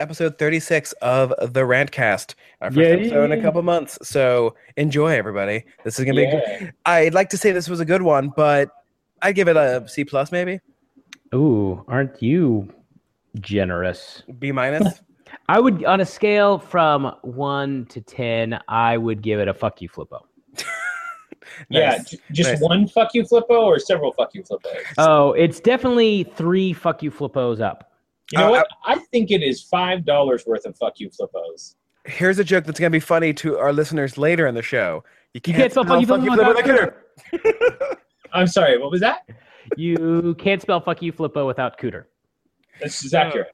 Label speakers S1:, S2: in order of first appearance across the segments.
S1: episode 36 of the Rantcast. Our first
S2: Yay.
S1: episode in a couple months. So enjoy, everybody. This is going to be.
S2: Yeah.
S1: I'd like to say this was a good one, but I'd give it a C plus, maybe
S2: Ooh, aren't you generous?
S1: B minus.
S2: I would, on a scale from one to 10, I would give it a fuck you, Flippo.
S3: Yeah,
S1: Nice.
S3: j- just
S1: Nice.
S3: one fuck you flippo or several fuck you flippos.
S2: Oh, it's definitely three fuck you, Flippos up.
S3: you know
S1: uh,
S3: what? I, think it is five dollars worth of fuck you flippos.
S1: Here's a joke that's going to be funny to our listeners later in the show. You can't,
S2: can't spell fuck you flip
S1: flip
S2: without-
S1: with a cooter.
S3: I'm sorry, what was that?
S2: You can't spell fuck you, Flippo without cooter.
S3: This is accurate.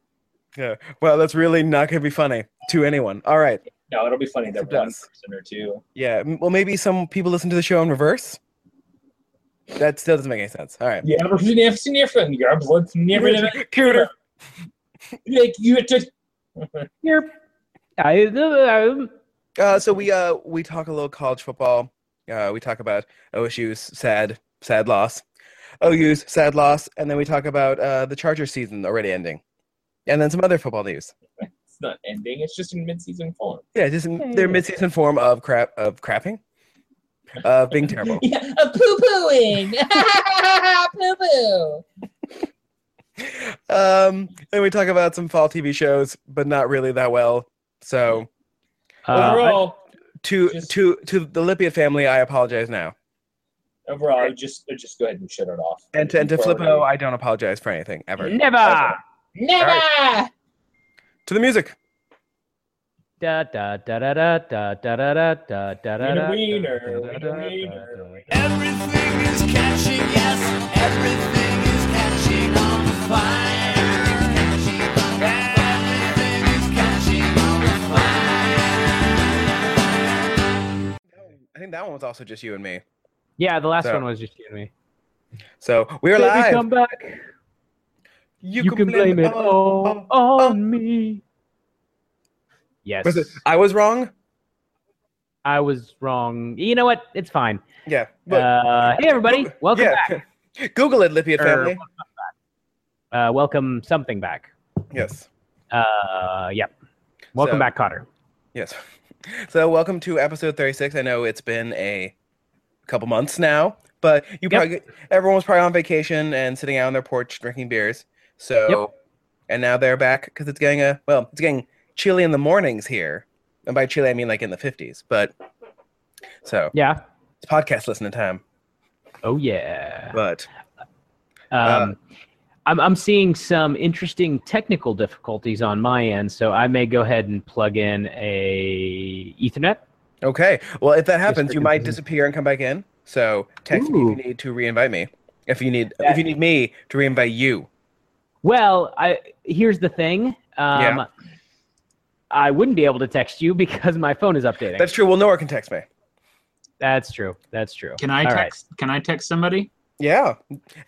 S1: Yeah. Well, that's really not going to be funny to anyone. All right.
S3: No, it'll be funny that
S1: It's a
S3: one
S1: plus.
S3: person or two.
S1: Yeah. m- Well, maybe some people listen to the show in reverse. That still doesn't make any sense. All right.
S3: Yeah, but you never seen your friend, your blood from never
S1: Cooter.
S3: like you just
S2: Here. I, uh,
S1: Uh, so we uh we talk a little college football. Uh, we talk about OSU's sad sad loss, OU's sad loss, and then we talk about uh, the Chargers season already ending, and then some other football news.
S3: it's not ending, it's just in mid season form.
S1: Yeah, just in their midseason form of crap of crapping, of being terrible.
S3: Yeah, a poo pooing. poo poo.
S1: Um, and we talk about some fall TV shows, but not really that well. So
S2: uh,
S3: Overall,
S1: to
S3: Just-
S1: to to the Lippiat family, I apologize now,
S3: overall, I just I just go ahead and shut it off.
S1: and to and to
S3: Forward.
S1: Flippo, I don't apologize for anything ever.
S2: never.
S3: never.
S1: To the music.
S2: Da, da, da, da, da, da, da, da, da, da, da, da, da,
S3: Wiener,
S2: da, da, da,
S3: wiener,
S2: da,
S3: wiener.
S2: da, da.
S4: Everything is catching, yes, everything is catching on fire. Everything is catching on fire.
S1: I think that one was also just you and me.
S2: Yeah, the last
S1: So-
S2: one was just you and me.
S1: So we're
S2: Baby,
S1: live.
S2: come back. You, can, blame, it all on me. Yes,
S1: Was it- I was wrong.
S2: I was wrong. You know what? It's fine.
S1: Yeah. Look,
S2: Uh, hey, everybody.
S1: Look,
S2: Welcome
S1: yeah. Google it, Lippiat
S2: Er,
S1: family.
S2: back. Uh, welcome something back.
S1: Yes.
S2: Uh, yep. Welcome
S1: So-
S2: back, Cotter.
S1: Yes. So welcome to episode 36. I know it's been a couple months now, but you
S2: Yep.
S1: probably everyone was probably on vacation and sitting out on their porch drinking beers. So and now they're back because it's getting a well, it's getting chilly in the mornings here. And by chilly I mean like in the 50s, but so
S2: Yeah.
S1: it's podcast listening time.
S2: Oh yeah.
S1: But
S2: Um, I'm I'm seeing some interesting technical difficulties on my end, so I may go ahead and plug in a Ethernet.
S1: Okay. Well, if that happens,
S2: for
S1: you might
S2: convenience.
S1: disappear and come back in. So text me
S2: Ooh.
S1: if you need to reinvite me. If you need
S2: Yeah.
S1: if you need me to reinvite you.
S2: Well, I here's the thing. Um,
S1: Yeah.
S2: I wouldn't be able to text you because my phone is updating.
S1: That's
S2: That's,
S1: true. Well, Nora can text me.
S2: true. That's true.
S5: Can I
S2: All right.
S5: text? Can I text somebody?
S1: Yeah.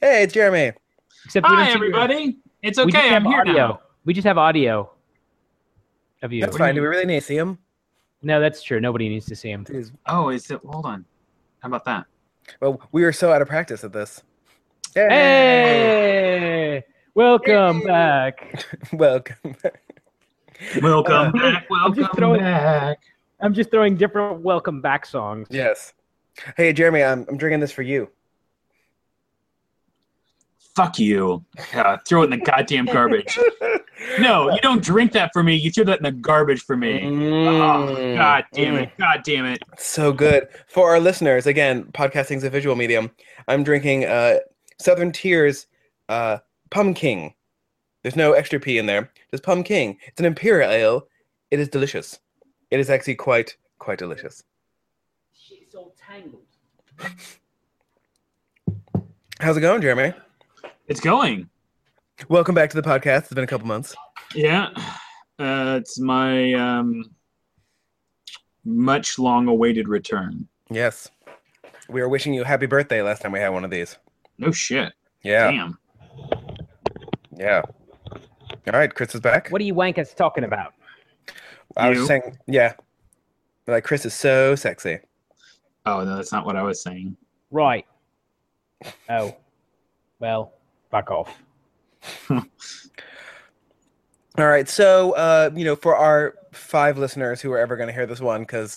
S1: Hey, it's Jeremy.
S2: Except we don't
S5: Hi,
S2: see your-
S5: everybody. It's
S2: we just
S5: okay. I'm
S2: have
S5: here
S2: audio.
S5: now.
S2: We just have audio of you.
S1: That's
S5: do you
S1: fine. Do we really need to see him?
S2: No, that's true. Nobody needs to see him.
S1: Jeez.
S5: Oh, is it? Hold on. How about that?
S1: Well, we were so out of practice at this.
S2: Hey, welcome back.
S1: Welcome.
S5: Welcome back.
S2: I'm
S5: Welcome
S2: just throwing-
S5: back.
S2: I'm just throwing different welcome back songs.
S1: yes. Hey, Jeremy. I'm I'm drinking this for you.
S5: Fuck you. Uh, throw it in the goddamn garbage. No, you don't drink that for me. You threw that in the garbage for me.
S1: Mm.
S5: Oh, God damn it. God damn it.
S1: So good. For our listeners, again, podcasting's a visual medium. I'm drinking uh, Southern Tears uh, Pumpkin. There's no extra P in there. Just Pumpkin. It's an imperial ale. It is delicious. It is actually quite, quite delicious.
S2: She's so tangled.
S1: How's it going, Jeremy?
S5: It's going.
S1: Welcome back to the podcast. It's been a couple months.
S5: Yeah. Uh, it's my um, much long awaited return.
S1: Yes. We were wishing you happy birthday last time we had one of these.
S5: No shit.
S1: Yeah.
S5: Damn.
S1: Yeah. All right. Chris is back.
S2: What are you wankers talking about?
S1: I was
S5: You?
S1: saying, yeah. Like, Chris is so sexy.
S5: Oh, no, that's not what I was saying.
S2: Right. Oh. Well, fuck off.
S1: All right. So, uh, you know, for our five listeners who are ever going to hear this one, because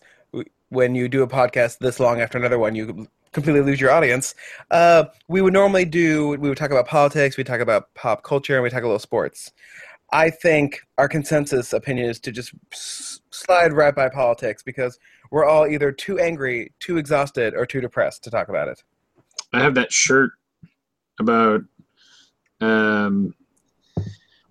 S1: when you do a podcast this long after another one, you completely lose your audience. Uh, we would normally do, we would talk about politics, we talk about pop culture, and we talk a little sports. I think our consensus opinion is to just s- slide right by politics because we're all either too angry, too exhausted, or too depressed to talk about it.
S5: I have that shirt about um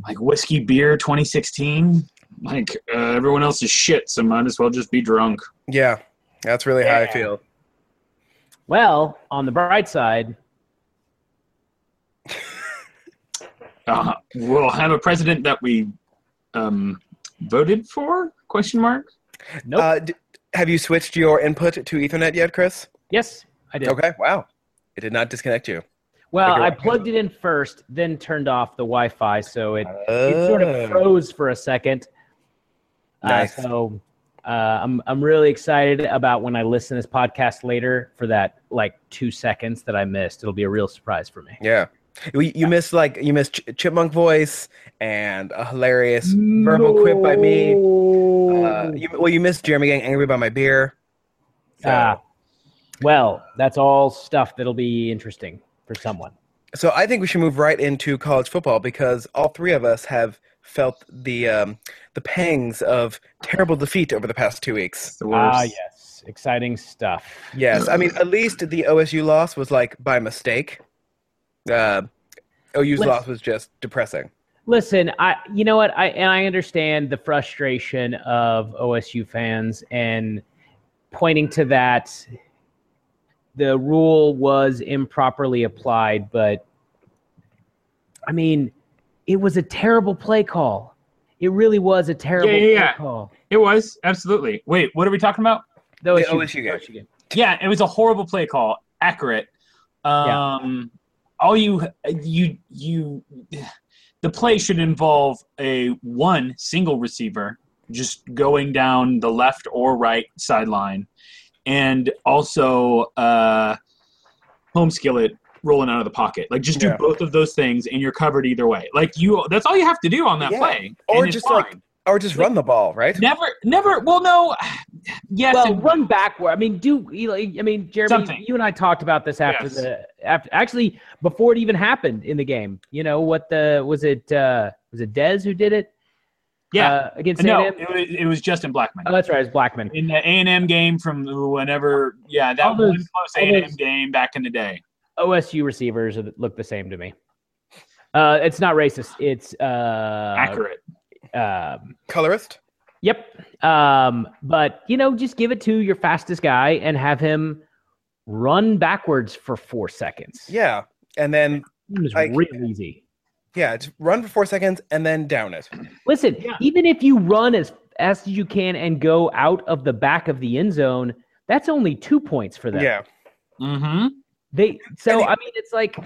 S5: like whiskey beer 2016. Like uh, everyone else is shit, so might as well just be drunk.
S1: Yeah, that's really how I
S3: Yeah.
S1: feel.
S2: Well, on the bright side,
S5: Uh, we'll have a president that we um, voted for? Question mark.
S2: nope.
S1: Uh, d- have you switched your input to Ethernet yet, Chris?
S2: yes, I did.
S1: Okay, wow. It did not disconnect you.
S2: Well,
S1: Okay.
S2: I plugged it in first, then turned off the Wi-Fi, so it it sort of froze for a second. Uh,
S1: Oh. Nice.
S2: so uh, I'm I'm really excited about when I listen to this podcast later for that like two seconds that I missed. It'll be a real surprise for me.
S1: Yeah. You, you missed like you missed Ch- Chipmunk voice and a hilarious verbal quip by me. Uh, you, well, you missed Jeremy getting angry by my beer. So,
S2: Ah. well, that's all stuff that'll be interesting for someone.
S1: so I think we should move right into college football because all three of us have felt the um, the pangs of terrible defeat over the past two weeks.
S5: It's the worst.
S2: Ah, yes, exciting stuff.
S1: Yes, I mean at least the OSU loss was like by mistake. Uh, OU's
S2: Let's-
S1: loss was just depressing.
S2: Listen, I you know what I and I understand the frustration of OSU fans and pointing to that the rule was improperly applied, but I mean, it was a terrible play call. It really was a terrible
S5: yeah,
S2: play
S5: yeah.
S2: call.
S5: It was absolutely. Wait, what are we talking about?
S2: The OSU,
S1: OSU game.
S2: game.
S5: Yeah, it was a horrible play call. Accurate. Um, All you you you, the play should involve a one single receiver just going down the left or right sideline, and also uh, home skillet rolling out of the pocket. Like just do
S1: Yeah.
S5: both of those things, and you're covered either way. Like you, that's all you have to do on that
S1: Yeah.
S5: play.
S1: Or
S5: and it's
S1: just, like,
S5: fine.
S1: Or just run the ball, right?
S5: never, never. Well, no. Yes,
S2: Well,
S5: and-
S2: run backward. I mean, do I mean, Jeremy?
S5: Something.
S2: You and I talked about this after
S5: Yes.
S2: the after actually before it even happened in the game. You know what the was it uh, was it Dez who did it?
S5: yeah.
S2: uh, against
S5: no,
S2: A&M?
S5: it was, it was Justin Blackman.
S2: Oh, that's right. It's Blackman.
S5: in the A and M game from whenever, yeah, that
S2: All those-
S5: one close
S2: all
S5: A and M
S2: those-
S5: game back in the day.
S2: OSU receivers are- look the same to me. Uh, it's not racist. It's uh,
S5: Accurate.
S2: um,
S1: Colorist.
S2: yep. Um, but you know, just give it to your fastest guy and have him run backwards for four seconds.
S1: Yeah, and then
S2: it was
S1: I-
S2: real easy.
S1: yeah, just run for four seconds and then down it.
S2: Listen,
S5: Yeah.
S2: even if you run as fast as you can and go out of the back of the end zone, that's only two points for them.
S1: Yeah.
S5: Mm-hmm.
S2: They so
S1: And it-
S2: I mean it's like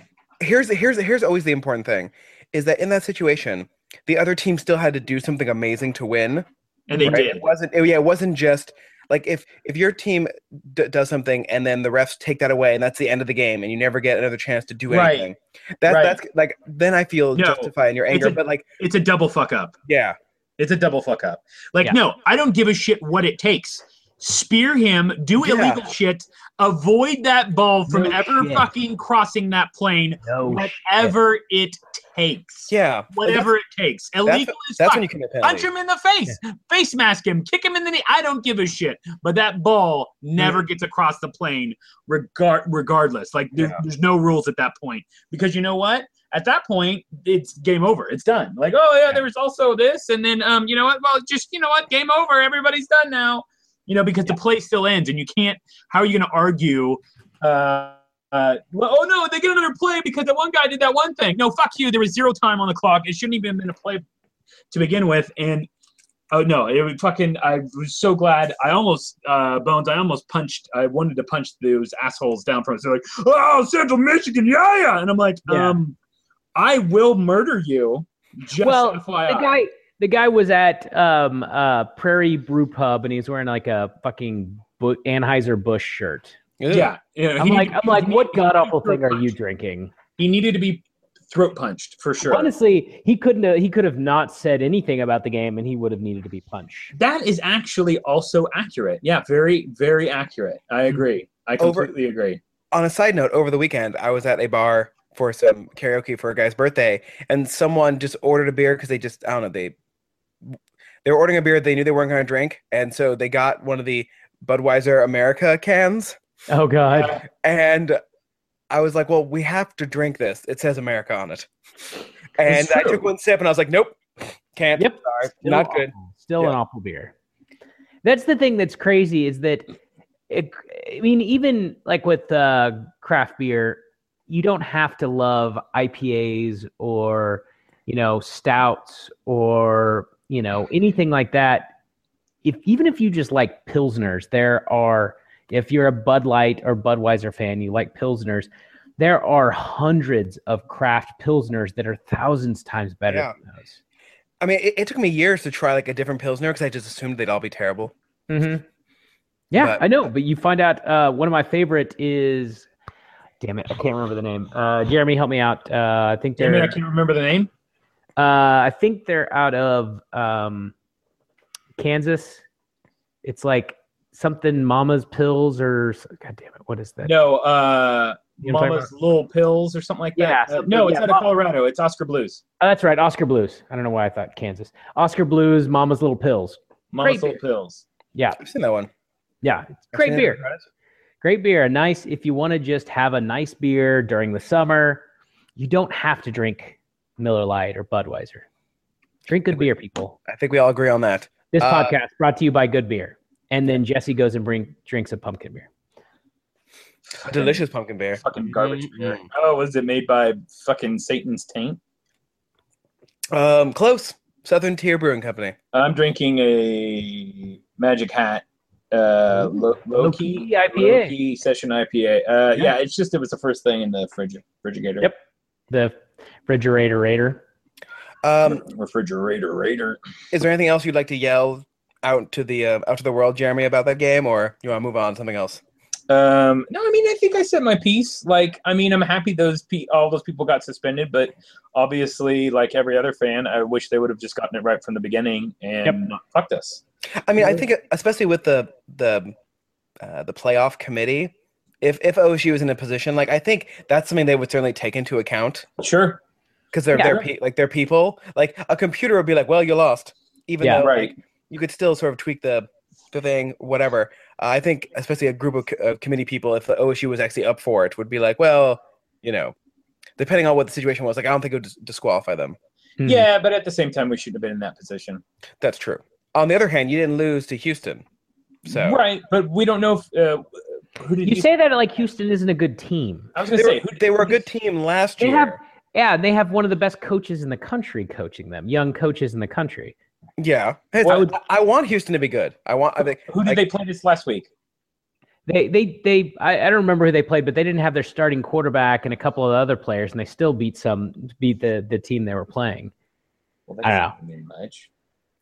S1: Here's here's here's always the important thing, is that in that situation, the other team still had to do something amazing to win.
S5: And they
S1: right?
S5: did.
S1: It wasn't. It, yeah, it wasn't just like if if your team d- does something and then the refs take that away and that's the end of the game and you never get another chance to do
S5: Right.
S1: anything. That
S5: Right.
S1: that's like then I feel
S5: No,
S1: justified in your anger,
S5: a-
S1: but like
S5: It's a double fuck up.
S1: yeah,
S5: It's a double fuck up. Like,
S2: Yeah.
S5: no, I don't give a shit what it takes. Spear him, do
S1: Yeah.
S5: illegal shit, avoid that ball from
S2: No
S5: ever
S2: shit.
S5: fucking crossing that plane,
S2: no
S5: whatever it takes.
S1: yeah,
S5: Whatever it takes.
S1: that's-
S5: Illegal is
S1: That's
S5: fuck.
S1: when you commit
S5: Punch
S1: penalty.
S5: him in the face, face mask him, kick him in the knee. I don't give a shit. But that ball never gets across the plane, regard regardless. Like there,
S1: Yeah.
S5: there's no rules at that point because you know what? At that point, it's game over. It's done. Like oh yeah, there was also this, and then um, you know what? Well, just you know what? Game over. Everybody's done now. You know because the play still ends, and you can't. How are you going to argue? Uh, uh, well, oh no, they get another play because that one guy did that one thing. No, fuck you. There was zero time on the clock. It shouldn't even have been a play to begin with. And oh no, it was fucking. I was so glad. I almost uh, bones. I almost punched. I wanted to punch those assholes down from. So like, oh, Central Michigan, yeah, yeah. And I'm like,
S2: Yeah.
S5: um, I will murder you. Just
S2: Well,
S5: FYI.
S2: the guy the guy was at um uh Prairie Brew Pub and he was wearing like a fucking Bu- Anheuser Busch shirt.
S5: yeah, yeah.
S2: I'm
S5: he
S2: like
S5: needed-
S2: I'm like,
S5: he
S2: what
S5: needed-
S2: god awful thing are you drinking?
S5: He needed to be throat punched for sure.
S2: Honestly, he couldn't. Have, he could have not said anything about the game, and he would have needed to be punched.
S5: That is actually also accurate. Yeah, very, very accurate. I agree. I
S1: Over-
S5: completely agree.
S1: on a side note, over the weekend, I was at a bar for some karaoke for a guy's birthday, and someone just ordered a beer because they just I don't know they they were ordering a beer they knew they weren't going to drink, and so they got one of the Budweiser America cans,
S2: Oh God!
S1: and I was like, well, we have to drink this. It says America on it, and I
S5: true.
S1: took one sip and I was like, nope, can't.
S2: Yep.
S1: sorry,
S2: Still
S1: not good.
S2: awful. Still an
S1: Yeah.
S2: awful beer. That's the thing that's crazy is that, it, I mean, even like with uh, craft beer, you don't have to love IPAs or, you know, stouts or, you know, anything like that. If even if you just like Pilsners, there are, if you're a Bud Light or Budweiser fan, you like Pilsners, there are hundreds of craft Pilsners that are thousands times better
S1: Yeah.
S2: than those.
S1: I mean, it, it took me years to try like a different pilsner because I just assumed they'd all be terrible.
S2: Mm-hmm. Yeah,
S1: But-
S2: I know. But you find out uh, one of my favorite is, damn it, I can't remember the name. Uh, Jeremy, help me out. Uh, I think
S5: Damn it,
S2: they're.
S5: I can't remember the name.
S2: uh, I think they're out of um, Kansas. It's like something Mama's Pills or s- God damn it, what is that?
S5: No, uh,
S2: You know what I'm talking
S5: Mama's Little Pills or something like
S2: Yeah,
S5: that. Uh,
S2: something-
S5: no, it's
S2: yeah,
S5: out
S2: Mom-
S5: of Colorado. It's Oscar Blues.
S2: Oh, that's right, Oscar Blues. I don't know why I thought Kansas. Oscar Blues, Mama's Little Pills.
S5: Mama's
S2: Great
S5: Little Pills.
S2: Yeah,
S1: I've seen that one.
S2: yeah, it's
S1: I've
S2: great
S1: seen it.
S2: beer. great beer a nice if you want to just have a nice beer during the summer you don't have to drink miller lite or budweiser drink good beer people
S1: I think we all agree on that.
S2: this
S1: Uh,
S2: podcast brought to you by good beer and then jesse goes and bring, drinks a pumpkin beer
S1: Delicious pumpkin beer.
S5: Fucking garbage beer.
S2: Mm-hmm.
S5: Oh, was it made by fucking Satan's taint?
S1: Um, close. Southern Tier Brewing Company.
S5: I'm drinking a Magic Hat uh, lo- Loki
S2: Loki IPA.
S5: Loki session IPA. Uh, yeah. it's just it was the first thing in the fridge refrigerator.
S2: Yep. the refrigerator raider Hmm.
S1: Um,
S5: refrigerator raider.
S1: is there anything else you'd like to yell out to the uh, out to the world, Jeremy, about that game, or you want to move on to something else?
S5: Um, no, I mean I think I said my piece. Like I mean I'm happy those pe- all those people got suspended, but obviously like every other fan, I wish they would have just gotten it right from the beginning and
S2: Yep.
S5: not fucked us.
S1: I mean, I think especially with the the uh, the playoff committee, if if OSU is in a position like I think that's something they would certainly take into account
S5: Sure.
S1: because they're
S2: Yeah.
S1: they're pe- like they're people. Like a computer would be like, well, you lost, even
S2: Yeah.
S1: though
S5: Right.
S1: you could still sort of tweak the the thing, whatever. Uh, I think especially a group of co- uh, committee people, if the OSU was actually up for it, would be like, well, you know, depending on what the situation was, like I don't think it would dis- disqualify them.
S2: Hmm.
S5: Yeah, but at the same time we shouldn't have been in that position.
S1: That's true. On the other hand, you didn't lose to Houston, so
S5: Right, but we don't know if uh, who did
S2: you say that like houston isn't a good team
S5: I was
S1: they
S5: gonna say
S1: were,
S5: who
S1: they were a good team last
S2: They
S1: year.
S2: have- yeah and they have one of the best coaches in the country coaching them young coaches in the country
S1: yeah, Hey,
S5: Well,
S1: I, would- I want Houston to be good. I want. I think
S5: Who did
S1: Like-
S5: they play this last week?
S2: they they they I, I don't remember who they played, but they didn't have their starting quarterback and a couple of other players, and they still beat some beat the the team they were playing.
S5: Well,
S2: I don't know.
S5: doesn't mean much.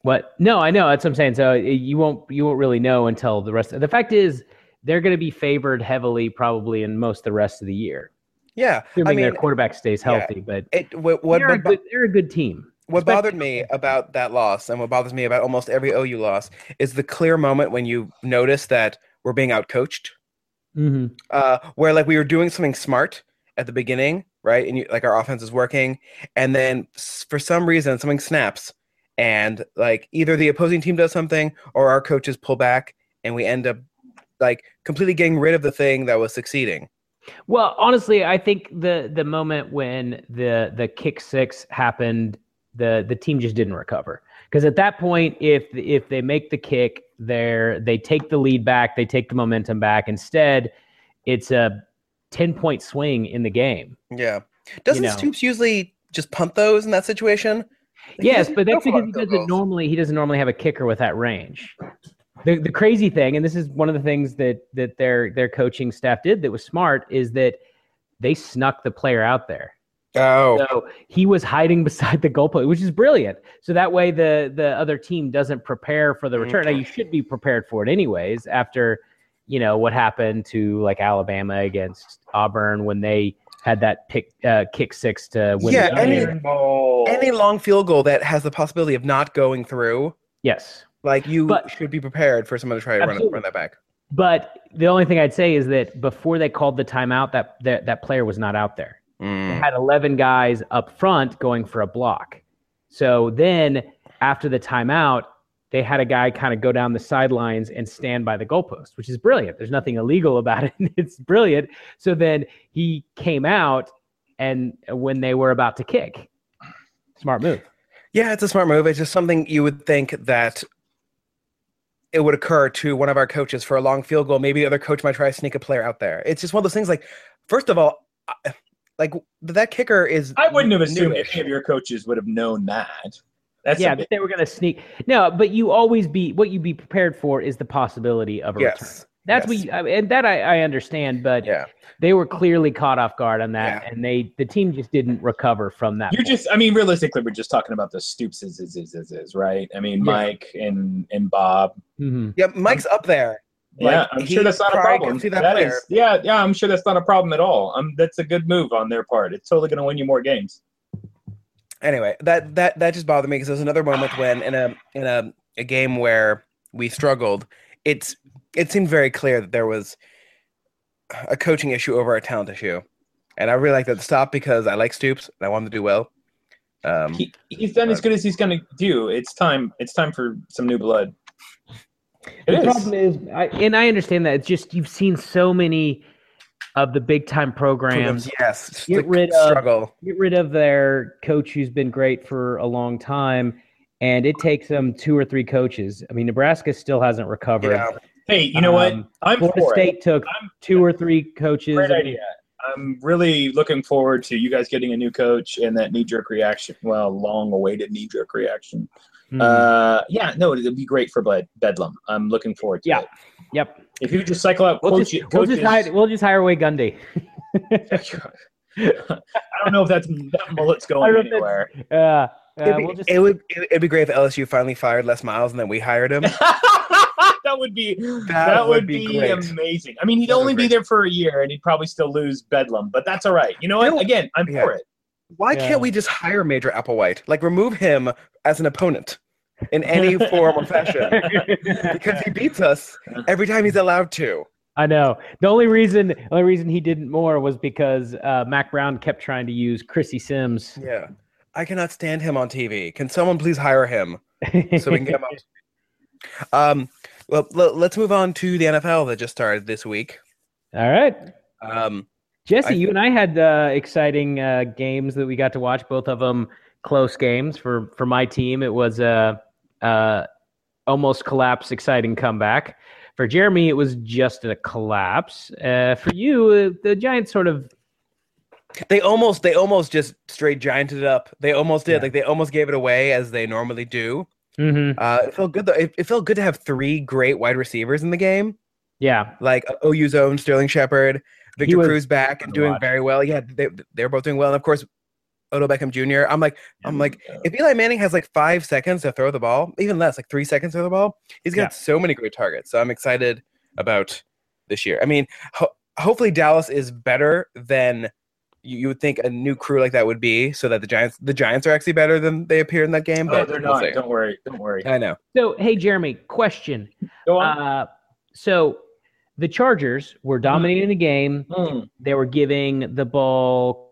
S2: What? No, I know that's what I'm saying. So uh, you won't you won't really know until the rest. Of, the fact is, they're going to be favored heavily probably in most the rest of the year,
S1: yeah,
S2: assuming their
S1: mean,
S2: quarterback stays
S1: yeah.
S2: healthy. But
S1: it, what what,
S2: they're, a
S1: what, bo-
S2: good, they're a good team.
S1: what
S2: especially-
S1: bothered me about that loss, and what bothers me about almost every OU loss, is the clear moment when you notice that we're being outcoached.
S2: hmm
S1: uh, where like we were doing something smart at the beginning, right? And you, like our offense is working, and then s- for some reason something snaps, and like either the opposing team does something or our coaches pull back, and we end up like completely getting rid of the thing that was succeeding.
S2: Well, honestly, I think the the moment when the the kick six happened, the the team just didn't recover. Because at that point, if if they make the kick, there they take the lead back, they take the momentum back. Instead, it's a ten point swing in the game.
S1: Yeah, doesn't
S2: know.
S1: Stoops usually just punt those in that situation? Like, he
S2: yes,
S1: doesn't
S2: but
S1: go
S2: that's
S1: for
S2: because
S1: long
S2: he
S1: field
S2: doesn't
S1: goals.
S2: normally he doesn't normally have a kicker with that range. The the crazy thing, and this is one of the things that that their their coaching staff did that was smart, is that they snuck the player out there.
S1: Oh,
S2: So he was hiding beside the goalpost, which is brilliant. So that way, the the other team doesn't prepare for the return. Now you should be prepared for it anyways. After you know what happened to like Alabama against Auburn when they had that pick uh, kick six to win.
S1: Yeah,
S2: the
S1: any-
S2: game.
S1: Any long field goal that has the possibility of not going through,
S2: yes.
S1: like you
S2: But-
S1: should be prepared for someone to try to run,
S2: Absolutely.
S1: run that back.
S2: But the only thing I'd say is that before they called the timeout, that that, that player was not out there.
S1: Mm.
S2: had 11 guys up front going for a block. So then after the timeout, they had a guy kind of go down the sidelines and stand by the goalpost, which is brilliant. There's nothing illegal about it. It's brilliant. So then he came out and when they were about to kick. Smart move.
S1: Yeah, it's a smart move. It's just something you would think that it would occur to one of our coaches for a long field goal. Maybe the other coach might try to sneak a player out there. It's just one of those things. Like, first of all, I- like that kicker is.
S5: I wouldn't have assumed
S1: newish.
S5: any of your coaches would have known that. That's
S2: yeah,
S5: a bit-
S2: that they were going to sneak. No, but you always be what you be prepared for is the possibility of a return.
S1: Yes. yes.
S2: That's what you, I- and that I, I understand, but
S1: Yeah.
S2: they were clearly caught off guard on that, and they the team just didn't recover from that.
S5: You're
S2: point.
S5: just, I mean, realistically, we're just talking about the Stoops is, is, is, is, is right? I mean,
S2: Yeah.
S5: Mike and and Bob.
S2: Mhm.
S1: Yeah, Mike's up there.
S5: yeah,
S1: Like,
S5: I'm
S1: he
S5: sure that's not a
S1: probably could
S5: problem.
S1: see that
S5: That
S1: player.
S5: is- yeah, yeah, I'm sure that's not a problem at all. Um, that's a good move on their part. It's totally going to win you more games.
S1: anyway, that that that just bothered me because there was another moment when in a in a, a game where we struggled, it's it seemed very clear that there was a coaching issue over a talent issue, and I really like that stop because I like Stoops and I want him to do well. Um,
S5: He, he's done as good as he's going to do. It's time. It's time for some new blood. It
S2: The
S5: is.
S2: problem is, I, and I understand that it's just you've seen so many of the big time programs
S1: yes, just
S2: Get
S1: the
S2: rid of-
S1: struggle.
S2: get rid of their coach who's been great for a long time, and it takes them two or three coaches. I mean, Nebraska still hasn't recovered.
S1: Yeah.
S5: Hey, you know what?
S2: Um,
S5: I'm
S2: Florida
S5: for it.
S2: State took
S5: I'm-
S2: two or three coaches.
S5: Great idea. I'm really looking forward to you guys getting a new coach and that knee jerk reaction. Well, long awaited knee jerk reaction.
S2: Mhm.
S5: Uh, yeah, no, it'd be great for Bed- Bedlam. I'm looking forward to
S2: Yeah.
S5: it.
S2: yep.
S5: If you just cycle out
S2: We'll
S5: coach,
S2: just, we'll just hire we'll just hire away Gundy.
S5: coaches- I don't know if that's that mullet's
S2: I
S5: going
S2: don't know if
S5: anywhere.
S2: Uh, uh,
S1: It'd be,
S2: we'll just
S1: it would it'd be great if LSU finally fired Les Miles and then we hired him.
S5: that would be that, would,
S1: would be
S5: be,
S1: great.
S5: amazing. I mean, he'd
S1: That would
S5: only
S1: be
S5: be
S1: great.
S5: there for a year and he'd probably still lose Bedlam, but that's all right. You know what?
S1: No.
S5: Again, I'm
S1: Yeah.
S5: for it.
S1: Why
S2: Yeah.
S1: can't we just hire Major Applewhite? Like remove him as an opponent in any form or fashion. because he beats us every time he's allowed to.
S2: I know. The only reason, only reason he didn't more was because uh, Mac Brown kept trying to use Chrissy Sims.
S1: Yeah. I cannot stand him on TV. Can someone please hire him so we can get him on? Um, well, l- let's move on to the NFL that just started this week.
S2: All right,
S1: Um,
S2: Jesse,
S1: I
S2: you and I had uh, exciting uh, games that we got to watch. Both of them close games for for my team. It was a uh, uh, almost collapse, exciting comeback. For Jeremy, it was just a collapse. Uh, for you, uh, the Giants sort of
S1: they almost, they almost just straight gianted it up. They almost did,
S2: Yeah.
S1: like they almost gave it away as they normally do.
S2: mhm,
S1: Uh, it felt good though. It, it felt good to have three great wide receivers in the game,
S2: yeah.
S1: like OU's own Sterling Shepard, Victor
S2: was
S1: Cruz back
S2: fun
S1: and
S2: to
S1: doing
S2: watch.
S1: very well. Yeah, they, they're both doing well, and of course, Odo Beckham Jr. I'm like. I'm like, if Eli Manning has like five seconds to throw the ball, even less, like three seconds to throw the ball, he's got
S2: Yeah.
S1: so many great targets. So I'm excited about this year. I mean, ho- hopefully Dallas is better than you, you would think a new crew like that would be, so that the Giants the Giants are actually better than they appear in that game.
S5: oh,
S1: But
S5: they're
S1: we'll
S5: not.
S1: see.
S5: Don't worry. Don't worry.
S1: I know.
S2: So, hey, Jeremy, question.
S5: Go on.
S2: Uh, so the Chargers were dominating the game.
S5: Hmm.
S2: They were giving the ball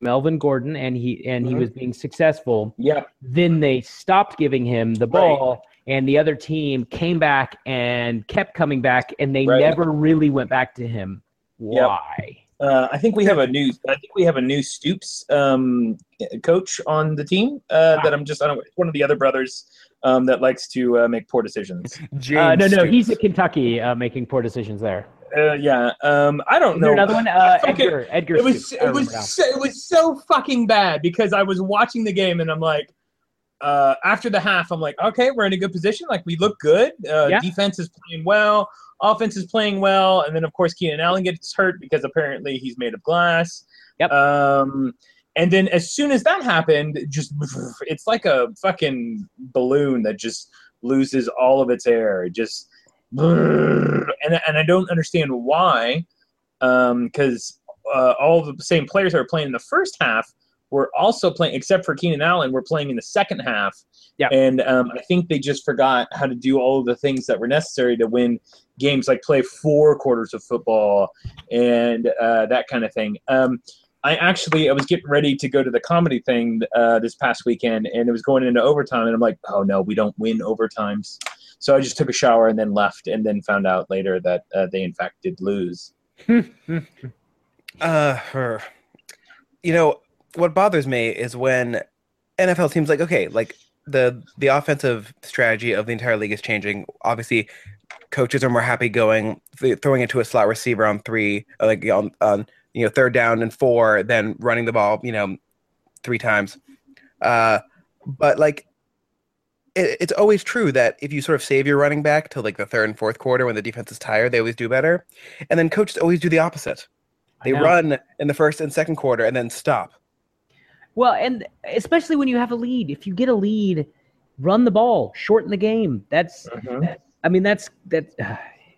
S2: Melvin Gordon, and he and he
S1: Mhm.
S2: was being successful.
S5: Yeah.
S2: Then they stopped giving him the
S5: Right.
S2: ball, and the other team came back and kept coming back, and they
S5: Right.
S2: never really went back to him.
S5: Yep.
S2: Why?
S5: Uh, I think we have a new. I think we have a new Stoops um, coach on the team uh,
S2: Ah.
S5: that I'm just. I don't. it's One of the other brothers um, that likes to uh, make poor decisions.
S1: James
S2: Uh, no, no, he's at
S1: Stoops.
S2: Kentucky uh, making poor decisions there.
S5: Uh, yeah. Um, I don't
S2: Is
S5: know.
S2: there another one? Uh,
S5: fucking-
S2: Edgar. Edgar.
S5: It was.
S2: Stoops. I
S5: It was.
S2: remember now.
S5: So, it was so fucking bad because I was watching the game and I'm like. Uh, after the half, I'm like, okay, we're in a good position. Like, we look good. Uh,
S2: Yeah.
S5: Defense is playing well. Offense is playing well. And then, of course, Keenan Allen gets hurt because apparently he's made of glass.
S2: Yep.
S5: Um, and then as soon as that happened, just it's like a fucking balloon that just loses all of its air. It just um, and and I don't understand why, because uh, all the same players that were playing in the first half were also playing, except for Keenan Allen, were playing in the second half.
S2: Yeah.
S5: And um, I think they just forgot how to do all of the things that were necessary to win games, like play four quarters of football and uh, that kind of thing. Um, I actually I was getting ready to go to the comedy thing uh, this past weekend, and it was going into overtime, and I'm like, oh no, we don't win overtimes. So I just took a shower and then left, and then found out later that uh, they in fact did lose.
S1: Uh, her. You know what bothers me is when NFL teams like okay, like the the offensive strategy of the entire league is changing. Obviously, coaches are more happy going th- throwing it to a slot receiver on three, uh, like on, on you know third down and four, than running the ball you know three times. Uh, but like. It, it's always true that if you sort of save your running back till like the third and fourth quarter when the defense is tired, they always do better. And then coaches always do the opposite. They
S2: I know.
S1: run in the first and second quarter and then stop.
S2: Well, and especially when you have a lead. If you get a lead, run the ball, shorten the game. That's I mean that's that's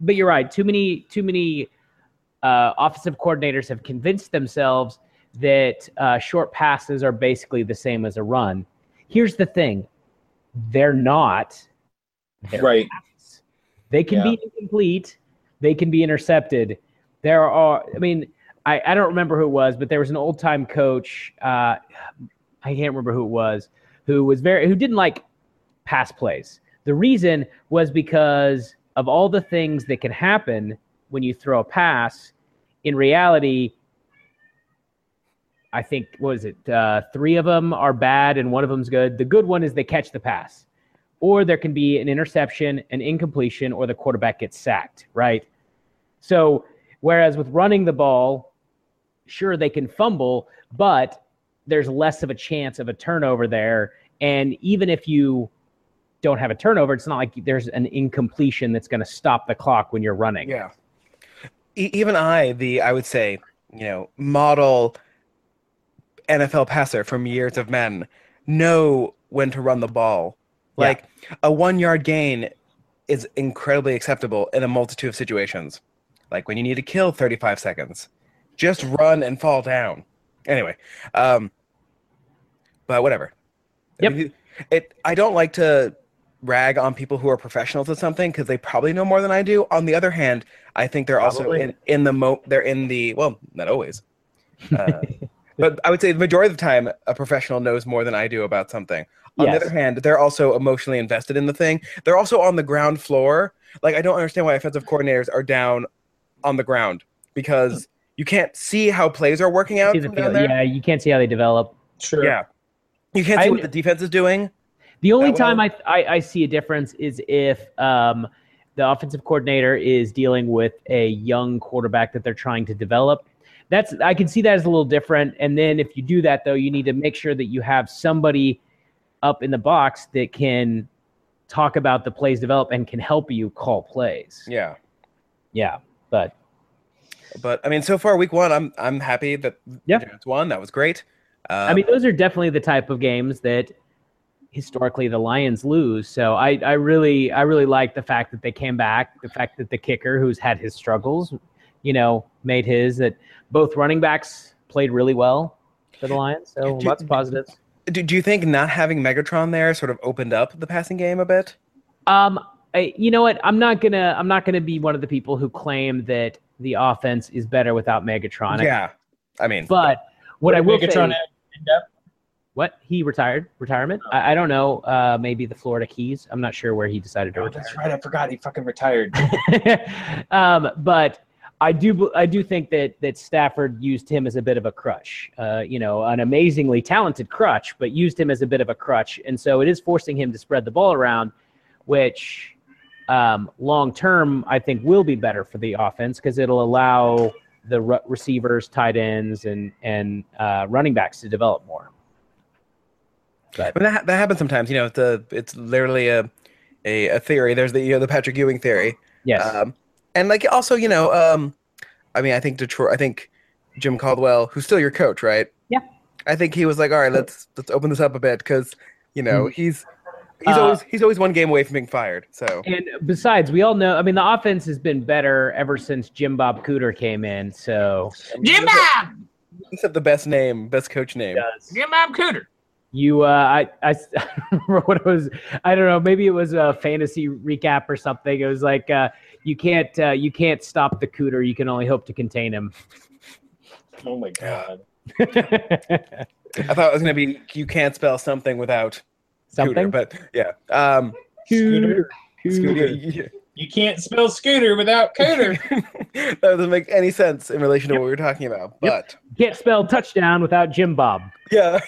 S2: but you're right. Too many too many uh, offensive coordinators have convinced themselves that uh, short passes are basically the same as a run. Here's the thing. They're not.
S5: Right.
S2: passes. They can be incomplete. They can be intercepted. There are, I mean, I, I don't remember who it was, but there was an old time coach. Uh, I can't remember who it was, who was very, who didn't like pass plays. The reason was because of all the things that can happen when you throw a pass. In reality, I think what is it? Uh, three of them are bad and one of them's good. The good one is they catch the pass, or there can be an interception, an incompletion, or the quarterback gets sacked. Right. So whereas with running the ball, sure they can fumble, but there's less of a chance of a turnover there. And even if you don't have a turnover, it's not like there's an incompletion that's going to stop the clock when you're running.
S1: Yeah. E- even I, the I would say, you know, model NFL passer from years of men, know when to run the ball.
S2: Yeah.
S1: Like a one-yard gain is incredibly acceptable in a multitude of situations. Like when you need to kill 35 seconds, just run and fall down. Anyway, um, but whatever. I
S2: Yep.
S1: mean, It. I don't like to rag on people who are professionals at something because they probably know more than I do. On the other hand, I think they're also
S5: Probably.
S1: in, in the mo. They're in the well, not always, uh, but I would say the majority of the time, a professional knows more than I do about something. On
S2: Yes.
S1: the other hand, they're also emotionally invested in the thing. They're also on the ground floor. Like I don't understand why offensive coordinators are down on the ground because
S2: Hmm.
S1: you can't see how plays are working out
S2: See the
S1: from down
S2: field.
S1: there.
S2: Yeah, you can't see how they develop.
S5: Sure.
S1: Yeah. You can't see
S2: I-
S1: what the defense is doing.
S2: The only
S1: That
S2: time
S1: will-
S2: I, I I see a difference is if um, the offensive coordinator is dealing with a young quarterback that they're trying to develop. That's I can see that as a little different. And then if you do that though, you need to make sure that you have somebody up in the box that can talk about the plays develop and can help you call plays. Yeah,
S1: Yeah.
S2: but
S1: But I mean, so far week one, I'm I'm happy that
S2: Yeah.
S1: the Giants won. That was great. Uh,
S2: I mean, those are definitely the type of games that historically the Lions lose. So I, I really, I really like the fact that they came back. The fact that the kicker, who's had his struggles, you know, made his. That both running backs played really well for the Lions. So
S1: Do-
S2: lots of positives.
S1: Uh, do, do you think not having Megatron there sort of opened up the passing game a bit?
S2: Um, I, you know what? I'm not gonna, I'm not gonna be one of the people who claim that the offense is better without Megatron.
S1: Yeah. I mean,
S2: But what I will
S5: Megatron
S2: say,
S5: end up?
S2: what he retired, retirement.
S5: Oh.
S2: I, I don't know. Uh, maybe the Florida Keys. I'm not sure where he decided to
S5: Oh,
S2: retire.
S5: that's right. I forgot he fucking retired.
S2: um, but I do I do think that that Stafford used him as a bit of a crutch. Uh, you know, an amazingly talented crutch, but used him as a bit of a crutch, and so it is forcing him to spread the ball around, which um, long term I think will be better for the offense because it'll allow the re- receivers, tight ends, and and uh, running backs to develop more.
S1: I mean, that, that happens sometimes. You know, it's a, it's literally a, a, a theory. There's the you know the Patrick Ewing theory.
S2: Yes.
S1: Um, and like also, you know, um, I mean, I think Detroit. I think Jim Caldwell, who's still your coach, right?
S2: Yeah. Mm-hmm.
S1: I think he was like, all right, let's let's open this up a bit because you know he's He's
S2: Uh,
S1: always he's always one game away from being fired. So
S2: And besides, we all know. I mean, the offense has been better ever since Jim Bob Cooter came in. So
S5: Jim Bob,
S1: he's got the best name, best coach name.
S5: Jim Bob Cooter.
S2: you, uh, I, I, I don't remember what it was. I don't know. Maybe it was a fantasy recap or something. It was like uh, you can't, uh, you can't stop the Cooter. You can only hope to contain him.
S5: Oh my god.
S1: I thought it was gonna be you can't spell something without
S2: something.
S1: Cooter, but yeah. Um,
S5: Scooter.
S1: Scooter,
S2: Cooter.
S1: you-
S5: You can't spell Scooter without Cooter.
S1: that doesn't make any sense in relation to what we were talking about. But
S2: Can't spell touchdown without Jim Bob.
S1: yeah,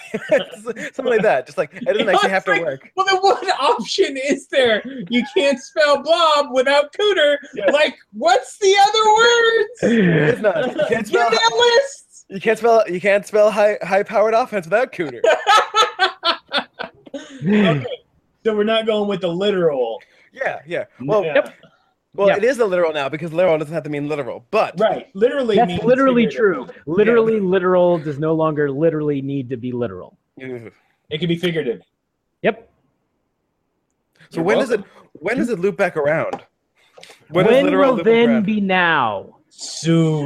S1: something like that. Just like it doesn't actually have to work.
S5: well, the one option is there. You can't spell Blob without Cooter. Like, what's the other words?
S1: It's not. You can't
S5: Give
S1: spell.
S5: me a list.
S1: You can't spell. You can't spell high high powered offense without Cooter.
S5: Okay. So we're not going with the literal.
S1: Yeah, yeah. Well,
S5: Yeah.
S2: Yep.
S1: well,
S2: Yeah.
S1: it is a literal now because literal doesn't have to mean literal. But
S5: Right. Literally
S2: That's
S5: means
S2: literally
S5: figurative.
S2: true. Literally, literal does no longer literally need to be literal.
S5: It can be figurative.
S2: Yep.
S1: so when does it when does it loop back around?
S2: When,
S1: does literal
S2: will
S1: back
S2: then
S1: around?
S2: be now?
S5: Soon.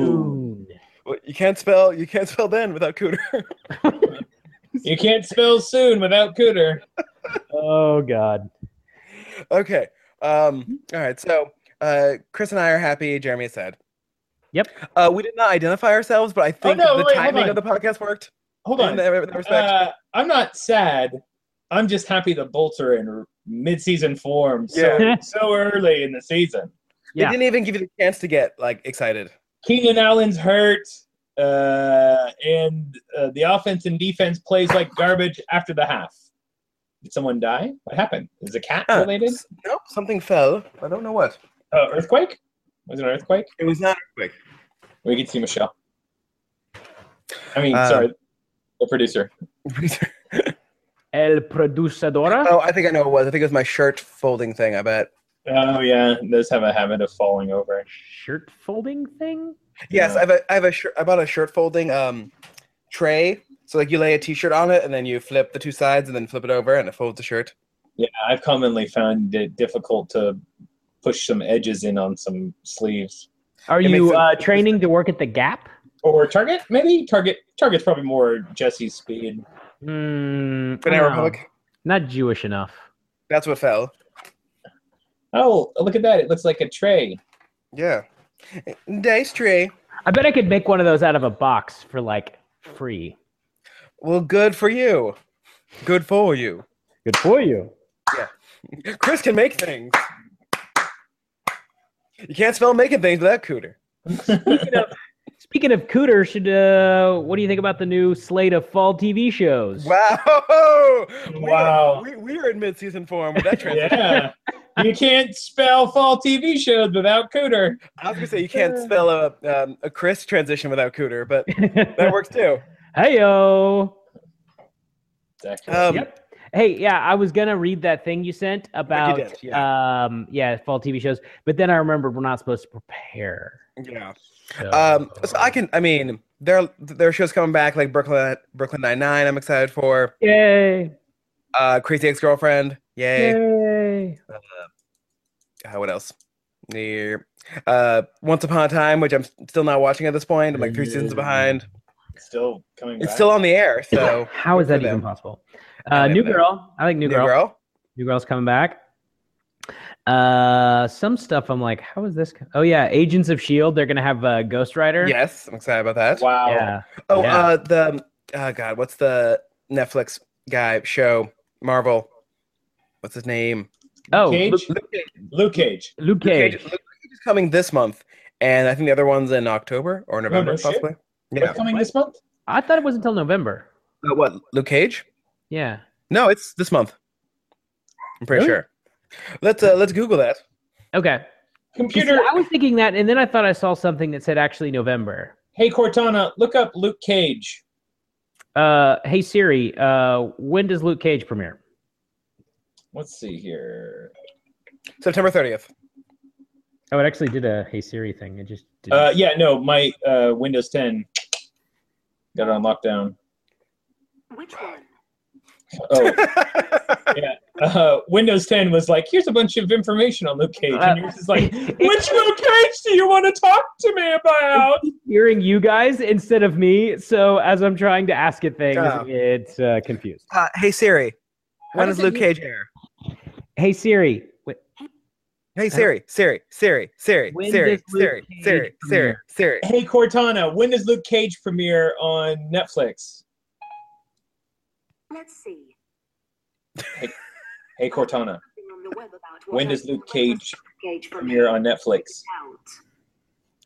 S2: Soon.
S1: Well, You can't spell. You can't spell then without Cooter.
S5: You can't spell soon without Cooter.
S2: Oh God.
S1: okay. Um.
S2: Mm-hmm.
S1: All right. So, uh, Chris and I are happy. Jeremy is sad.
S2: Yep.
S1: Uh, we did not identify ourselves, but I think
S5: Oh, no,
S1: the
S5: wait, hold
S1: timing
S5: on.
S1: of the podcast worked.
S5: Hold on.
S1: In that, in that respect.
S5: Uh, I'm not sad. I'm just happy the Bolts are in mid-season form so,
S2: Yeah.
S5: so early in the season.
S1: They
S2: Yeah.
S1: didn't even give you the chance to get like excited.
S5: Keenan Allen's hurt, uh, and uh, the offense and defense plays like garbage after the half. Did someone die? What happened? Is a cat
S1: Huh.
S5: related?
S1: Nope. Something fell. I don't know what.
S5: Uh, earthquake? Was it an earthquake?
S1: It was not quick.
S5: We can see Michelle. I mean,
S1: Uh,
S5: sorry, the producer.
S2: El Producidora.
S1: oh, I think I know what it was. I think it was my shirt folding thing. I bet.
S5: Oh yeah, those have a habit of falling over.
S2: Shirt folding thing.
S1: Yes,
S5: Yeah.
S1: I have a I have a shirt. I bought a shirt folding um tray. So like you lay a t-shirt on it, and then you flip the two sides, and then flip it over, and it folds the shirt.
S5: Yeah, I've commonly found it difficult to push some edges in on some sleeves.
S2: Are
S1: It
S2: you
S1: makes
S2: uh,
S1: sense.
S2: training to work at the Gap?
S5: Or Target, maybe Target. Target's probably more Jesse's speed.
S2: Mm,
S1: Banana
S2: no,
S1: Republic.
S2: Not Jewish enough.
S1: That's what fell.
S5: Oh, look at that! It looks like a tray.
S1: Yeah. Dice tray.
S2: I bet I could make one of those out of a box for like free.
S1: Well, good for you. Good for you.
S2: Good for you.
S1: Chris can make things. You can't spell making things without cooter.
S2: Speaking of Cooter, should uh, what do you think about the new slate of fall TV shows?
S1: Wow. We
S5: Wow.
S1: Are, we, we are in mid-season form with that transition.
S5: Yeah, you can't spell fall TV shows without Cooter.
S1: I was gonna say you can't spell a um, a Chris transition without cooter, but that works too.
S2: Heyo.
S5: Exactly.
S1: Um,
S2: yep. Hey, yeah, I was gonna read that thing you sent about
S1: did,
S2: um yeah, fall TV shows, but then I remembered we're not supposed to prepare.
S1: Yeah.
S2: So,
S1: Um, so I can. I mean, there there are shows coming back like Brooklyn Brooklyn Nine Nine. I'm excited for
S2: Yay.
S1: uh, Crazy Ex Girlfriend. Yay.
S2: Yay.
S1: Uh, what else? Yeah. Uh, Once Upon a Time, which I'm s- still not watching at this point. I'm like three seasons behind.
S5: still coming.
S1: um, It's
S5: back.
S1: still on the air, so
S2: How is
S1: good
S2: Oh, that
S1: for
S2: even
S1: them.
S2: possible?
S1: I
S2: Uh,
S1: don't
S2: New
S1: know.
S2: Girl. I like New,
S1: New
S2: Girl.
S1: Girl.
S2: New Girl's coming back. Uh, some stuff I'm like, how is this? co- Oh yeah, Agents of Shield. They're gonna have uh, Ghost Rider.
S1: Yes, I'm excited about that.
S5: Wow.
S2: Yeah.
S1: Oh,
S2: Yeah.
S1: uh, the oh god, what's the Netflix guy show? Marvel. What's his name?
S2: Oh,
S5: Cage?
S2: Luke,
S1: Luke Cage.
S5: Luke Cage.
S2: Luke Cage.
S1: Luke Cage is coming this month, and I think the other one's in October or November,
S5: no shit.
S1: possibly.
S5: What's
S1: Yeah.
S5: coming this month?
S2: I thought it was until November.
S1: Uh, what? Luke Cage?
S2: Yeah.
S1: No, it's this month. I'm pretty
S2: Really?
S1: sure. Let's uh, let's Google that.
S2: Okay. You see,
S5: Computer.
S2: I was thinking that, and then I thought I saw something that said actually November.
S5: Hey Cortana, look up Luke Cage.
S2: Uh, hey Siri, uh, when does Luke Cage premiere?
S5: Let's see here.
S1: September 30th.
S2: Oh, it actually did a Hey Siri thing. It just did.
S5: Uh, yeah, no, my uh, Windows 10 got it on lockdown.
S6: Which one?
S5: Oh, uh, Windows 10 was like, here's a bunch of information on Luke Cage, and yours is
S2: Uh,
S5: like, which Luke Cage do you want to talk to me about?
S2: hearing you guys instead of me. So as I'm trying to ask it things,
S1: Yeah.
S2: it's uh, confused.
S1: uh, hey Siri, when
S5: does
S1: is
S5: it
S1: Luke
S5: do-
S1: Cage here?
S2: Hey Siri, wait,
S1: Hey Siri, Siri, Siri, Siri,
S2: When
S1: Siri,
S2: does Luke
S1: Siri,
S2: Cage
S1: Siri, Siri, Siri.
S2: premiere?
S5: Hey Cortana, when does Luke Cage premiere on Netflix?
S6: Let's see.
S5: Hey Cortana,
S6: Nothing on the web about what
S5: when
S6: I
S5: does
S6: can
S5: Luke Cage
S6: witness Cage
S5: premiere on Netflix?
S6: out?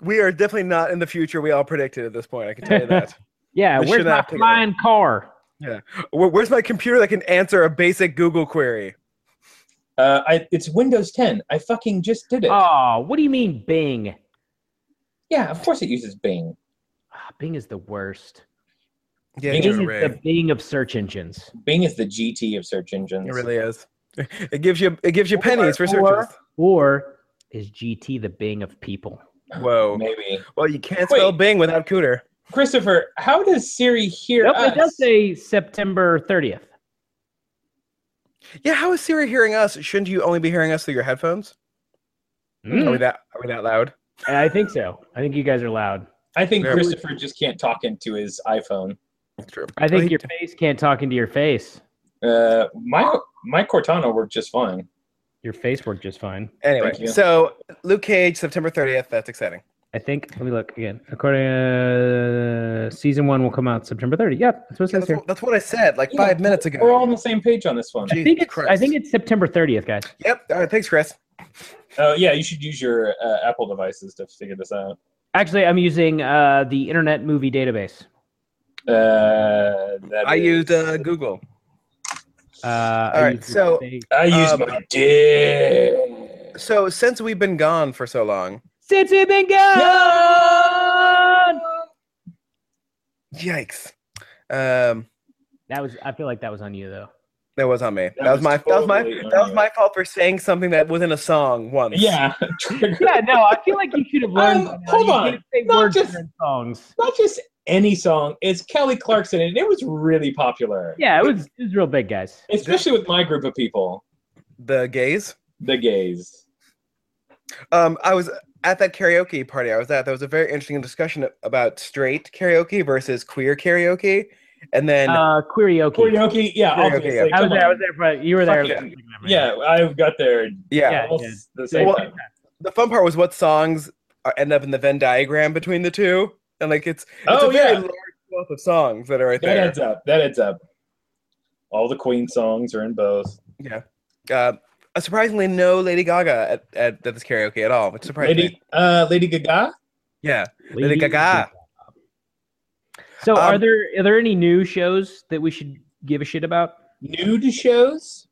S1: We are definitely not in the future we all predicted at this point. I can tell you that.
S2: yeah,
S1: We
S2: where's
S1: should
S2: my
S1: have taken it.
S2: flying car?
S1: Where, where's my computer that can answer a basic Google query?
S5: Uh, I, it's Windows 10. I fucking just did it.
S2: Oh, what do you mean Bing?
S5: yeah, of course it uses Bing.
S2: Ah, Bing is the worst.
S1: Yeah,
S5: Bing
S2: Bing
S1: you're
S2: is the
S1: right.
S2: Bing of search engines.
S5: Bing is the GT of search engines.
S1: It really is. It gives you it gives you pennies for
S2: or-
S1: searches.
S2: Or is GT the Bing of people?
S1: Whoa.
S5: Maybe.
S1: Well, you can't spell
S5: Wait.
S1: Bing without cooter.
S5: Christopher, how does Siri hear
S2: Nope,
S5: us?
S2: it does say September 30th.
S1: Yeah, how is Siri hearing us? Shouldn't you only be hearing us through your headphones? Are we
S2: Mm,
S1: that are we that loud?
S2: I think so. I think you guys are loud.
S5: I think
S1: Yeah.
S5: Christopher just can't talk into his iPhone.
S1: That's true.
S2: I
S1: Well,
S2: think
S1: he-
S2: your face can't talk into your face.
S5: Uh, my my Cortana worked just fine.
S2: Your face worked just fine.
S1: Anyway,
S5: Thank you.
S1: so Luke Cage, September 30th. That's exciting.
S2: I think. Let me look again. According, uh, season one will come out September 30th. Yep, that's what it says
S1: That's,
S2: here.
S1: wh- that's what I said like
S5: Yeah,
S1: five minutes
S5: We're
S1: ago.
S5: all on the same page on this one.
S1: Jesus
S2: I think it's. I
S1: Christ.
S2: think it's September 30th, guys.
S1: Yep. All right. Thanks, Chris.
S5: Oh yeah, you should use your uh, Apple devices to figure this out.
S2: Actually, I'm using uh, the Internet Movie Database.
S5: Uh, that
S1: I
S5: is-
S1: used uh, Google.
S2: Uh, I
S1: All right,
S2: use-
S1: so-
S5: I use
S1: um,
S5: my dick.
S1: So since we've been gone for so long,
S2: since we've been gone,
S1: yikes. Um,
S2: that was. I feel like that was on you though.
S1: that was on me. That,
S5: That
S1: was,
S5: was
S1: my that was
S5: totally
S1: my
S5: on
S1: that was
S5: you.
S1: my fault for saying something that was in a song once.
S5: Yeah.
S2: Yeah, no, I feel like you should have learned.
S5: Um,
S2: by now.
S5: hold
S2: You
S5: on.
S2: can't say
S5: Not
S2: words
S5: just-
S2: during songs.
S5: Not just any song. It's Kelly Clarkson, and it was really popular.
S2: Yeah, it was. It was real big, guys.
S5: Especially with my group of people,
S1: The gays.
S5: the gays.
S1: Um, I was at that karaoke party I was at. There was a very interesting discussion about straight karaoke versus queer karaoke, and then
S2: Uh, Queryoki.
S5: Karaoke, yeah,
S1: Karaoke,
S5: obviously.
S1: yeah.
S5: Come
S2: I was there. I
S5: on.
S2: was there, but you were there.
S5: Fuck Yeah, I got there.
S1: yeah.
S2: Yeah,
S5: both
S2: yeah.
S5: The same
S1: Well,
S5: time.
S1: the fun part was what songs are, end up in the Venn diagram between the two, and like it's, it's
S5: Oh
S1: a very
S5: yeah,
S1: large swath of songs that are right
S5: that
S1: there.
S5: adds up. That adds up. All the Queen songs are in both.
S1: Uh, surprisingly, no Lady Gaga at, at, at this karaoke at all, which surprised me.
S5: Lady, uh, Lady Gaga.
S1: Yeah, Lady Gaga.
S2: So, are
S1: Um,
S2: there are there any new shows that we should give a shit about?
S5: Nude shows.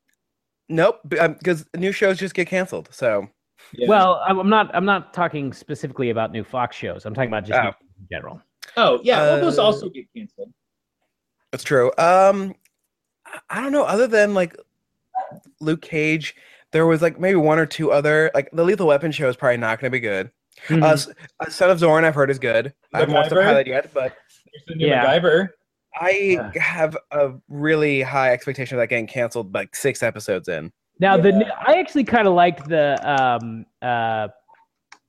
S1: Nope, because new shows just get canceled. So
S5: Yeah.
S2: Well, I'm I'm not I'm not talking specifically about new Fox shows. I'm talking about just
S1: Oh.
S2: new in general.
S5: oh yeah, well, those
S1: uh,
S5: also get canceled.
S1: that's true. Um, I- I don't know. Other than like Luke Cage, there was like maybe one or two other like the Lethal Weapon show is probably not going to be good. Uh
S2: Mhm.
S1: S- Uh, Son of Zorn, I've heard is good. I haven't watched the
S5: MacGyver?
S1: pilot yet, but
S5: There's the new
S2: yeah.
S5: MacGyver.
S1: I have a really high expectation of that getting canceled like six episodes in.
S2: now the
S5: yeah.
S2: new, I actually kind of liked the um, uh,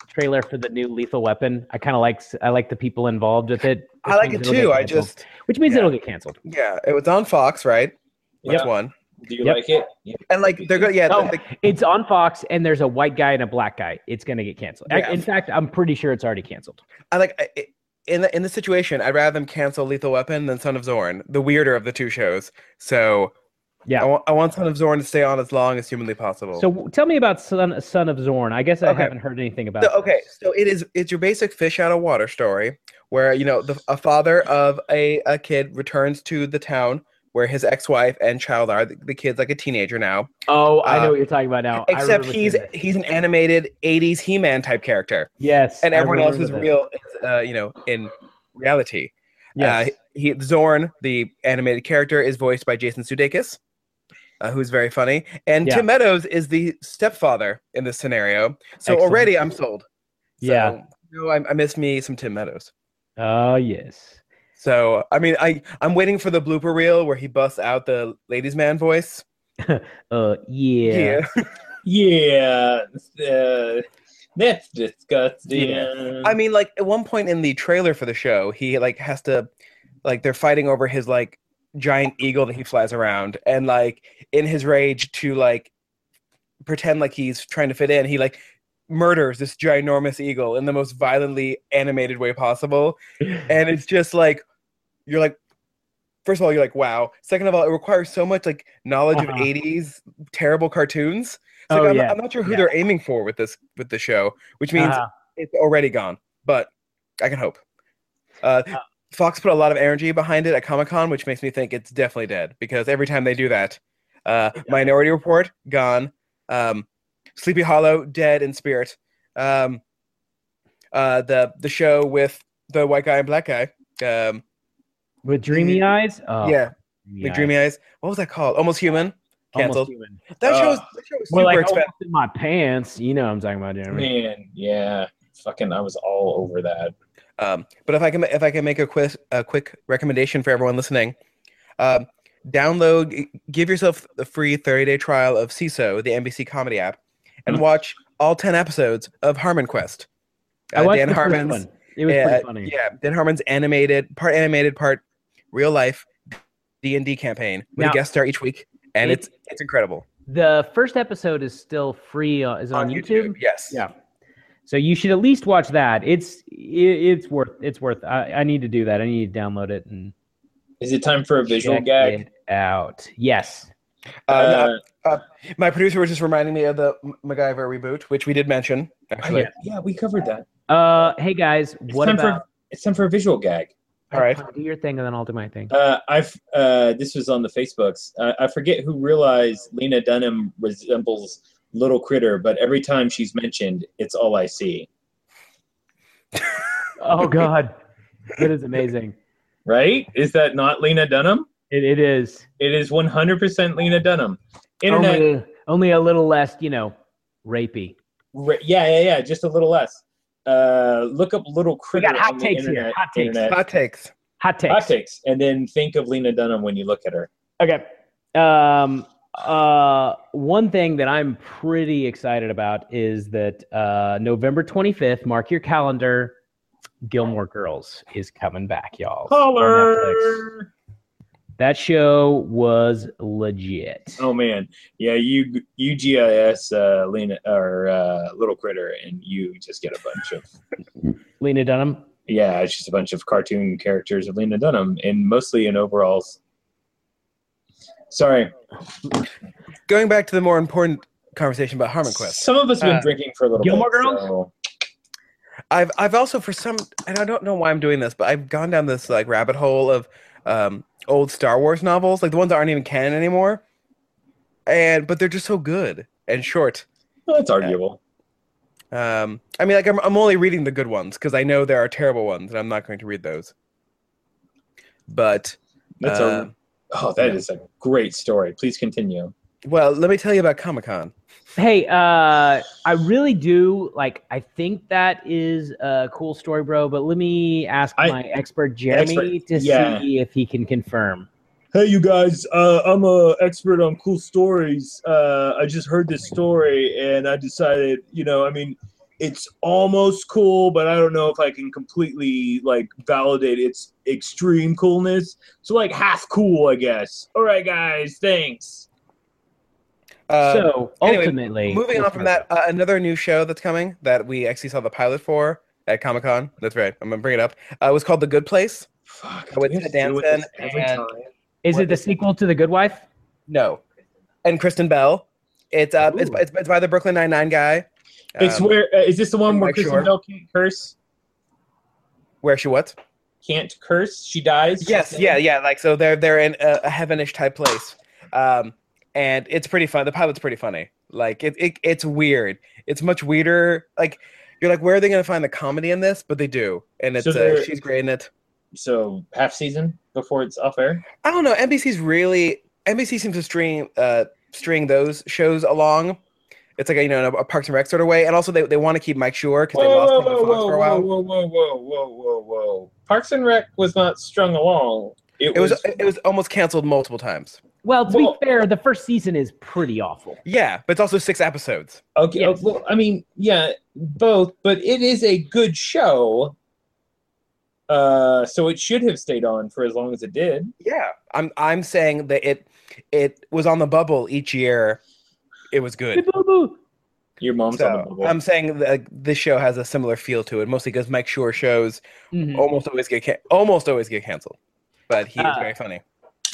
S2: trailer for the new Lethal Weapon. I kind of like I like the people involved with it.
S1: I like it
S2: which means it'll
S1: too.
S2: get
S1: I
S2: canceled.
S1: just
S2: which means
S1: yeah.
S2: it'll get canceled.
S1: yeah, it was on Fox, right? That's
S5: Yeah.
S1: one.
S5: Do you
S2: Yep.
S5: like it? Yeah.
S1: And like they're good. Yeah,
S2: No,
S1: the- the-
S2: it's on Fox, and there's a white guy and a black guy. It's gonna get canceled. I-
S1: Yeah.
S2: In fact, I'm pretty sure it's already canceled.
S1: I like I- I, in the in the situation. I'd rather them cancel Lethal Weapon than Son of Zorn, the weirder of the two shows. So
S2: Yeah.
S1: I want I want Son of Zorn to stay on as long as humanly possible.
S2: So w- tell me about Son, Son of Zorn. I guess I
S1: Okay.
S2: haven't heard anything about.
S1: So, okay,
S2: this.
S1: so it is it's your basic fish out of water story where you know the, a father of a, a kid returns to the town where his ex-wife and child are. The, the kid's like a teenager now.
S2: Oh, I know
S1: Uh,
S2: what you're talking about now. I
S1: Except
S2: remember
S1: he's
S2: seeing this.
S1: he's an animated 80s He-Man type character.
S2: yes,
S1: And
S2: I
S1: everyone else is
S2: remember this.
S1: real is, uh, you know, in reality. Uh,
S2: Yes.
S1: he Zorn, the animated character, is voiced by Jason Sudeikis, uh, who's very funny, and
S2: Yeah.
S1: Tim Meadows is the stepfather in this scenario. So
S2: Excellent.
S1: already I'm sold. So,
S2: Yeah.
S1: you know, I, I miss me some Tim Meadows.
S2: Oh yes.
S1: So I mean, I I'm waiting for the blooper reel where he busts out the ladies' man voice.
S2: Uh, yeah.
S5: Yeah, uh, that's disgusting.
S1: I mean, like at one point in the trailer for the show, he like has to, like they're fighting over his like giant eagle that he flies around, and like in his rage to like pretend like he's trying to fit in, he like murders this ginormous eagle in the most violently animated way possible, and it's just like you're like. First of all, you're like, wow. Second of all, it requires so much like knowledge of
S2: Uh-huh.
S1: '80s terrible cartoons. It's
S2: Oh,
S1: like, I'm,
S2: yeah.
S1: I'm not sure who
S2: Yeah.
S1: they're aiming for with this with the show, which means
S2: Uh,
S1: it's already gone, but I can hope. Uh,
S2: Uh,
S1: Fox put a lot of energy behind it at Comic Con, which makes me think it's definitely dead because every time they do that, uh, Minority Report gone, um, Sleepy Hollow dead in spirit, um, uh, the the show with the white guy and black guy, um,
S2: with dreamy eyes. Oh,
S1: yeah,
S2: dreamy
S1: the dreamy eyes. What was that called? Almost Human.
S2: Almost
S1: Canceled.
S2: human.
S1: That
S5: Uh,
S1: show was, that show was super
S2: Well, like oh,
S1: expensive.
S2: almost in my pants. You know what I'm talking about, Jeremy.
S5: Man, yeah, fucking, I was all over that.
S1: Um, but if I can, if I can make a quick, a quick recommendation for everyone listening, um, download, g- give yourself the free 30 day trial of CISO, the NBC comedy app, and
S2: Mm-hmm.
S5: Mhm.
S1: watch all 10 episodes of Harmon Quest.
S2: I
S1: Uh,
S2: watched
S1: Dan
S2: the first
S1: Harmon's,
S2: one. It was
S1: yeah,
S2: pretty funny.
S1: yeah, Dan Harmon's animated, part animated, part real life D and D campaign with
S2: Now-
S1: a guest star each week, and
S2: It-
S1: it's it's incredible
S2: The first episode is still free. Uh, is it on, YouTube?
S1: Yes.
S2: Yeah. So you should at least watch that. It's it, it's worth it's worth. I, I need to do that. I need to download it and
S5: Is it time for a visual
S2: check
S5: gag?
S2: it out. Yes.
S1: Uh,
S5: Uh,
S1: my producer was just reminding me of the M- MacGyver reboot, which we did mention.
S2: Oh,
S1: Actually.
S5: yeah, yeah, we covered that.
S2: Uh, hey guys,
S5: It's
S2: what
S5: time for-
S2: about?
S5: It's time for a visual gag.
S1: All right.
S2: do your thing and then I'll do my thing.
S5: Uh, I've uh, this was on the Facebooks. Uh, I forget who realized Lena Dunham resembles Little Critter, but every time she's mentioned, it's all I see.
S2: Oh God, that is amazing.
S5: Right? Is that not Lena Dunham?
S2: It, it is
S5: It is 100% Lena Dunham. Internet,
S2: only, only a little less, you know, rapey.
S5: ra- yeah, yeah, yeah, just a little less. Uh, look up Little Critter.
S2: got hot
S5: on the
S2: takes here,
S5: internet,
S2: hot takes.
S5: internet-
S1: Hot takes.
S2: Hot take.
S5: hot takes, and then think of Lena Dunham when you look at her.
S2: Okay. Um, uh, one thing that I'm pretty excited about is that uh, November 25th, mark your calendar, Gilmore Girls is coming back, y'all. on Netflix.
S5: Holler!
S2: That show was legit.
S5: Oh man, yeah, you you GIS uh, Lena or uh, Little Critter, and you just get a bunch of
S2: Lena Dunham.
S5: yeah, it's just a bunch of cartoon characters of Lena Dunham, and mostly in overalls. Sorry,
S1: going back to the more important conversation about Harmon Quest,
S5: some of us have been
S1: Uh,
S5: drinking for a little
S2: Gilmore
S5: bit.
S2: Girls?
S5: so-
S1: I've I've also for some and I don't know why I'm doing this, but I've gone down this like rabbit hole of um, old Star Wars novels, like the ones that aren't even canon anymore, and but they're just so good and short.
S5: well, it's arguable.
S1: Um, I mean, like I'm I'm only reading the good ones because I know there are terrible ones, and I'm not going to read those. But
S5: That's
S1: uh,
S5: a oh, that
S1: yeah.
S5: is a great story. Please continue.
S1: well, let me tell you about Comic Con.
S2: Hey, uh, I really do like. I think that is a cool story, bro. But let me ask
S5: I-
S2: my expert Jeremy
S5: Expert,
S2: to
S5: yeah.
S2: see if he can confirm.
S5: Hey, you guys. Uh, I'm a expert on cool stories. Uh, I just heard this story, and I decided, you know, I mean, it's almost cool, but I don't know if I can completely like validate its extreme coolness. So, like, half cool, I guess. All right, guys. Thanks.
S1: Uh,
S2: so
S1: anyway,
S2: ultimately,
S1: Moving on from that, uh, another new show that's coming that we actually saw the pilot for at Comic Con. That's right. I'm gonna bring it up. Uh, it was called The Good Place.
S5: Fuck.
S1: I went
S5: we have
S1: to
S5: to deal with
S1: Danson
S5: this every
S1: and- um,
S5: time.
S2: Is
S1: What
S2: it the
S1: is-
S2: sequel to The Good Wife?
S1: No, and Kristen Bell. It's uh, it's,
S2: Ooh.
S1: it's, it's by the Brooklyn Nine Nine guy.
S5: It's
S1: um,
S5: where uh, is this the one
S1: I'm
S5: where
S1: not
S5: Kristen
S1: sure.
S5: Bell can't curse?
S1: where she what?
S5: Can't curse. She dies.
S1: Yes, yeah, yeah. Like so, they're they're in a, a heavenish type place, um, and it's pretty fun. The pilot's pretty funny. Like it, it it's weird. It's much weirder. Like you're like, where are they gonna find the comedy in this? But they do, and it's
S5: So
S1: uh,
S5: they're-
S1: she's great in it.
S5: So half season before it's off air.
S1: I don't know. NBC's really NBC seems to string uh string those shows along. It's like a, you know a Parks and Rec sort of way, and also they, they want to keep Mike Shore because they lost him to Fox for a while.
S5: whoa, whoa, whoa, whoa, whoa, whoa, whoa. Parks and Rec was not strung along. It,
S1: It
S5: was,
S1: was it was almost canceled multiple times.
S2: Well, to
S5: Well-
S2: be fair, the first season is pretty awful.
S1: Yeah, but it's also six episodes.
S5: okay.
S2: yes.
S5: Well, I mean, yeah, both, but it is a good show. Uh, so it should have stayed on for as long as it did.
S1: Yeah, I'm I'm saying that it it was on the bubble each year. It was good.
S2: Boo boo.
S5: Your mom's on the
S1: So, um,
S5: bubble.
S1: I'm saying that this show has a similar feel to it, mostly because Mike Shore shows
S2: Mhm.
S1: almost always get can- almost always get canceled, but he is
S2: Ah.
S1: very funny.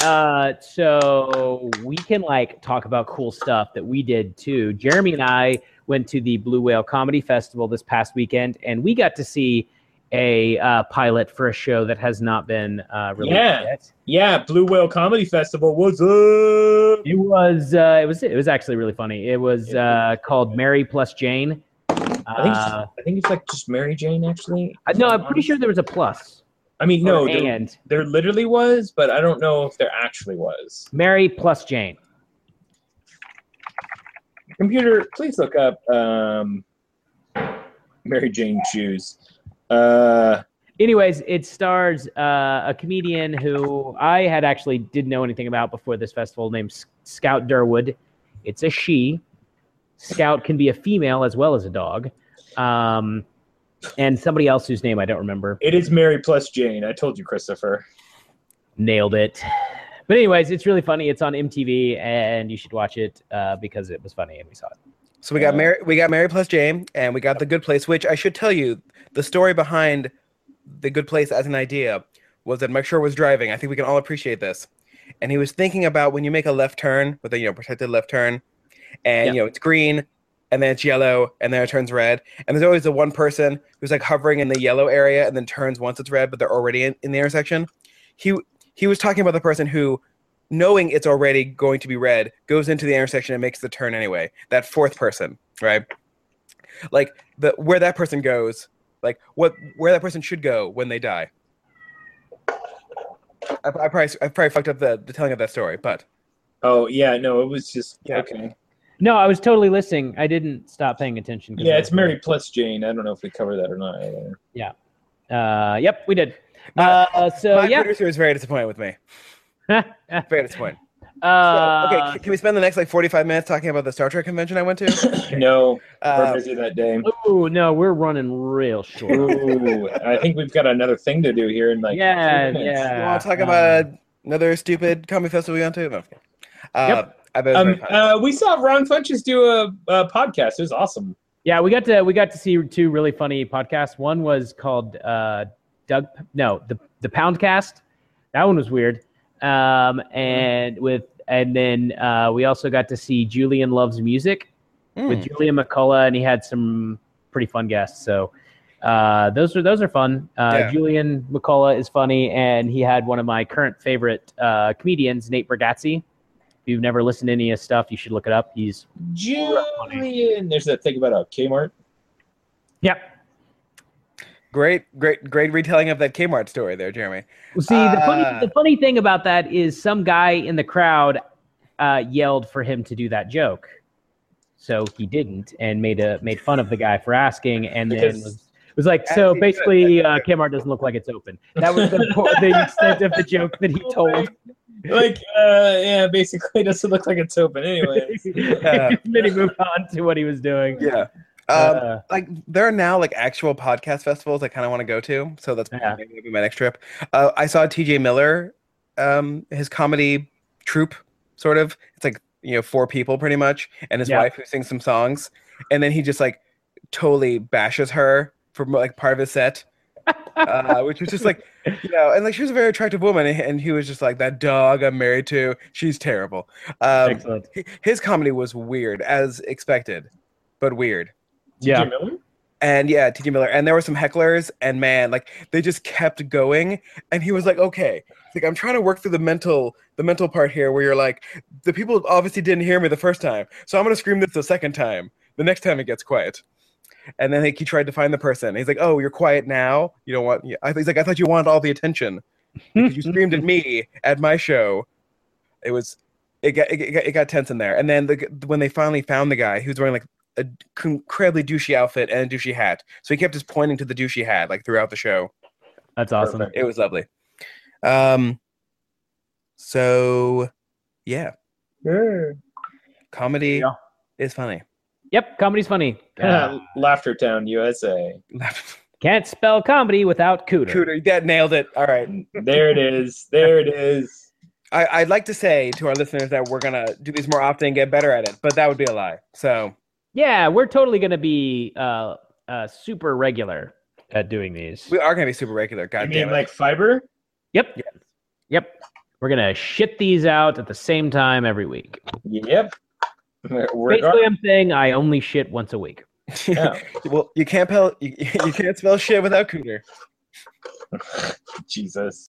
S2: Uh, so we can like talk about cool stuff that we did too. Jeremy and I went to the Blue Whale Comedy Festival this past weekend, and we got to see a uh, pilot for a show that has not been uh, released
S5: Yeah.
S2: yet.
S5: Yeah, Blue Whale Comedy Festival. What's up?
S2: It was uh, it was it was actually really funny. It was uh, called Mary plus Jane.
S5: I think, it's
S2: Uh,
S5: I think it's like just Mary Jane, actually.
S2: I- no, I'm pretty sure there was a plus.
S5: I mean, no,
S2: or
S5: there,
S2: and
S5: there literally was, but I don't know if there actually was.
S2: Mary plus Jane.
S5: Computer, please look up um, Mary Jane Shoes. Uh,
S2: anyways it stars uh, a comedian who i had actually didn't know anything about before this festival named S- scout durwood it's a she scout can be a female as well as a dog um, and somebody else whose name i don't remember
S5: it is Mary plus Jane. I told you, Christopher.
S2: nailed it but anyways it's really funny it's on mtv and you should watch it uh, because it was funny and we saw it
S1: So we got
S5: Yeah.
S1: Mary, we got Mary plus Jane, and we got the Good Place. Which I should tell you, the story behind the Good Place as an idea was that Mike Shore was driving. I think we can all appreciate this, and he was thinking about when you make a left turn with a you know protected left turn, and
S2: Yeah.
S1: you know it's green, and then it's yellow, and then it turns red, and there's always the one person who's like hovering in the yellow area and then turns once it's red, but they're already in, in the intersection. He he was talking about the person who knowing it's already going to be red, goes into the intersection and makes the turn anyway. That fourth person, right? Like the where that person goes, like what where that person should go when they die. I, I probably I probably fucked up the, the telling of that story, but
S5: Oh, yeah, no, it was just.
S1: Yeah.
S5: Okay.
S2: no i was totally listening i didn't stop paying attention 'cause
S5: Yeah,
S2: I
S5: it's
S2: was-
S5: Mary plus Jane. I don't know if we cover that or not. either.
S2: uh, yep we did
S1: My-
S2: uh, so
S1: my
S2: yeah
S1: producer was very disappointed with me. Very disappointed. So,
S2: uh,
S1: okay, c- can we spend the next like forty five minutes talking about the Star Trek convention I went to?
S5: No, we're
S1: Uh,
S5: busy that day.
S2: Oh no, we're running real short.
S5: Ooh, I think we've got another thing to do here in like.
S2: yeah,
S5: two minutes.
S1: you
S2: yeah.
S1: want to talk
S2: uh,
S1: about another stupid comedy festival we went to? No, I'm kidding. uh, I bet it was very
S5: Um,
S1: funny.
S5: uh, we saw Ron Funches do a, a podcast. It was awesome.
S2: yeah, we got to we got to see two really funny podcasts. One was called uh, Doug. No, the the Poundcast. That one was weird. Um,
S1: Mm-hmm.
S2: and with and then uh, we also got to see Julian loves music with
S1: Mm.
S2: Julian McCullough, and he had some pretty fun guests. So. Uh, those are those are fun. Uh,
S1: Yeah.
S2: Julian McCullough is funny, and he had one of my current favorite uh, comedians, Nate Bergazzi. If you've never listened to any of his stuff, you should look it up. He's
S5: Julian, there's that thing about a Kmart.
S2: Yep.
S1: Great, great, great retelling of that Kmart story there, Jeremy.
S2: Well, see, the
S1: Uh,
S2: funny the funny thing about that is some guy in the crowd uh, yelled for him to do that joke, so he didn't, and made a made fun of the guy for asking, and then
S5: Because-
S2: was, was like,
S1: As
S2: so
S1: he should,
S2: basically,
S1: as he
S2: uh, Kmart doesn't look like it's open. That was the, the extent of the joke that he
S1: Oh
S2: told.
S5: Like, uh, yeah, basically, it doesn't look like it's open anyway.
S2: and then he moved on to what he was doing.
S1: Yeah. Um,
S2: Uh,
S1: like there are now like actual podcast festivals I kind of want to go to, so that's
S2: Yeah.
S1: maybe that'll be my next trip. Uh, I saw T.J. Miller, um, his comedy troupe, sort of. It's like you know four people pretty much, and his
S2: Yeah.
S1: wife who sings some songs, and then he just like totally bashes her for like part of his set, uh, which was just like you know, and like she was a very attractive woman, and- and he was just like that dog I'm married to, she's terrible. Um,
S2: excellent.
S1: his comedy was weird as expected, but weird.
S2: Yeah.
S5: T.J. Miller?
S1: And yeah, T.J. Miller. And there were some hecklers, and man, like they just kept going. And he was like, "Okay, It's like I'm trying to work through the mental, the mental part here, where you're like, the people obviously didn't hear me the first time, so I'm gonna scream this the second time. The next time it gets quiet." And then like, he tried to find the person. He's like, "Oh, you're quiet now. You don't want." I he's like, "I thought you wanted all the attention because you screamed at me at my show." It was, it got it got, it got tense in there. And then the, when they finally found the guy, he was wearing like a incredibly douchey outfit and a douchey hat. So he kept just pointing to the douchey hat like throughout the show.
S2: That's awesome.
S6: Perfect.
S1: It was lovely. Um, so yeah, comedy
S2: Yeah.
S1: is funny.
S2: Yep, comedy's funny. Uh,
S6: Laughter Town, USA.
S2: can't spell comedy without cooter.
S1: Cooter, that nailed it. All right.
S6: There it is. There it is.
S1: I, I'd like to say to our listeners that we're gonna do these more often and get better at it, but that would be a lie. So
S2: Yeah, we're totally gonna be uh, uh, super regular at doing these.
S1: we are gonna be super regular. God
S6: I mean,
S1: damn it.
S6: like fiber.
S2: Yep. Yep. We're gonna shit these out at the same time every week.
S6: Yep.
S2: Basically,
S6: Regardless.
S2: I'm saying I only shit once a week.
S6: Yeah.
S1: well, you can't spell you, you can't spell shit without cooter.
S6: Jesus.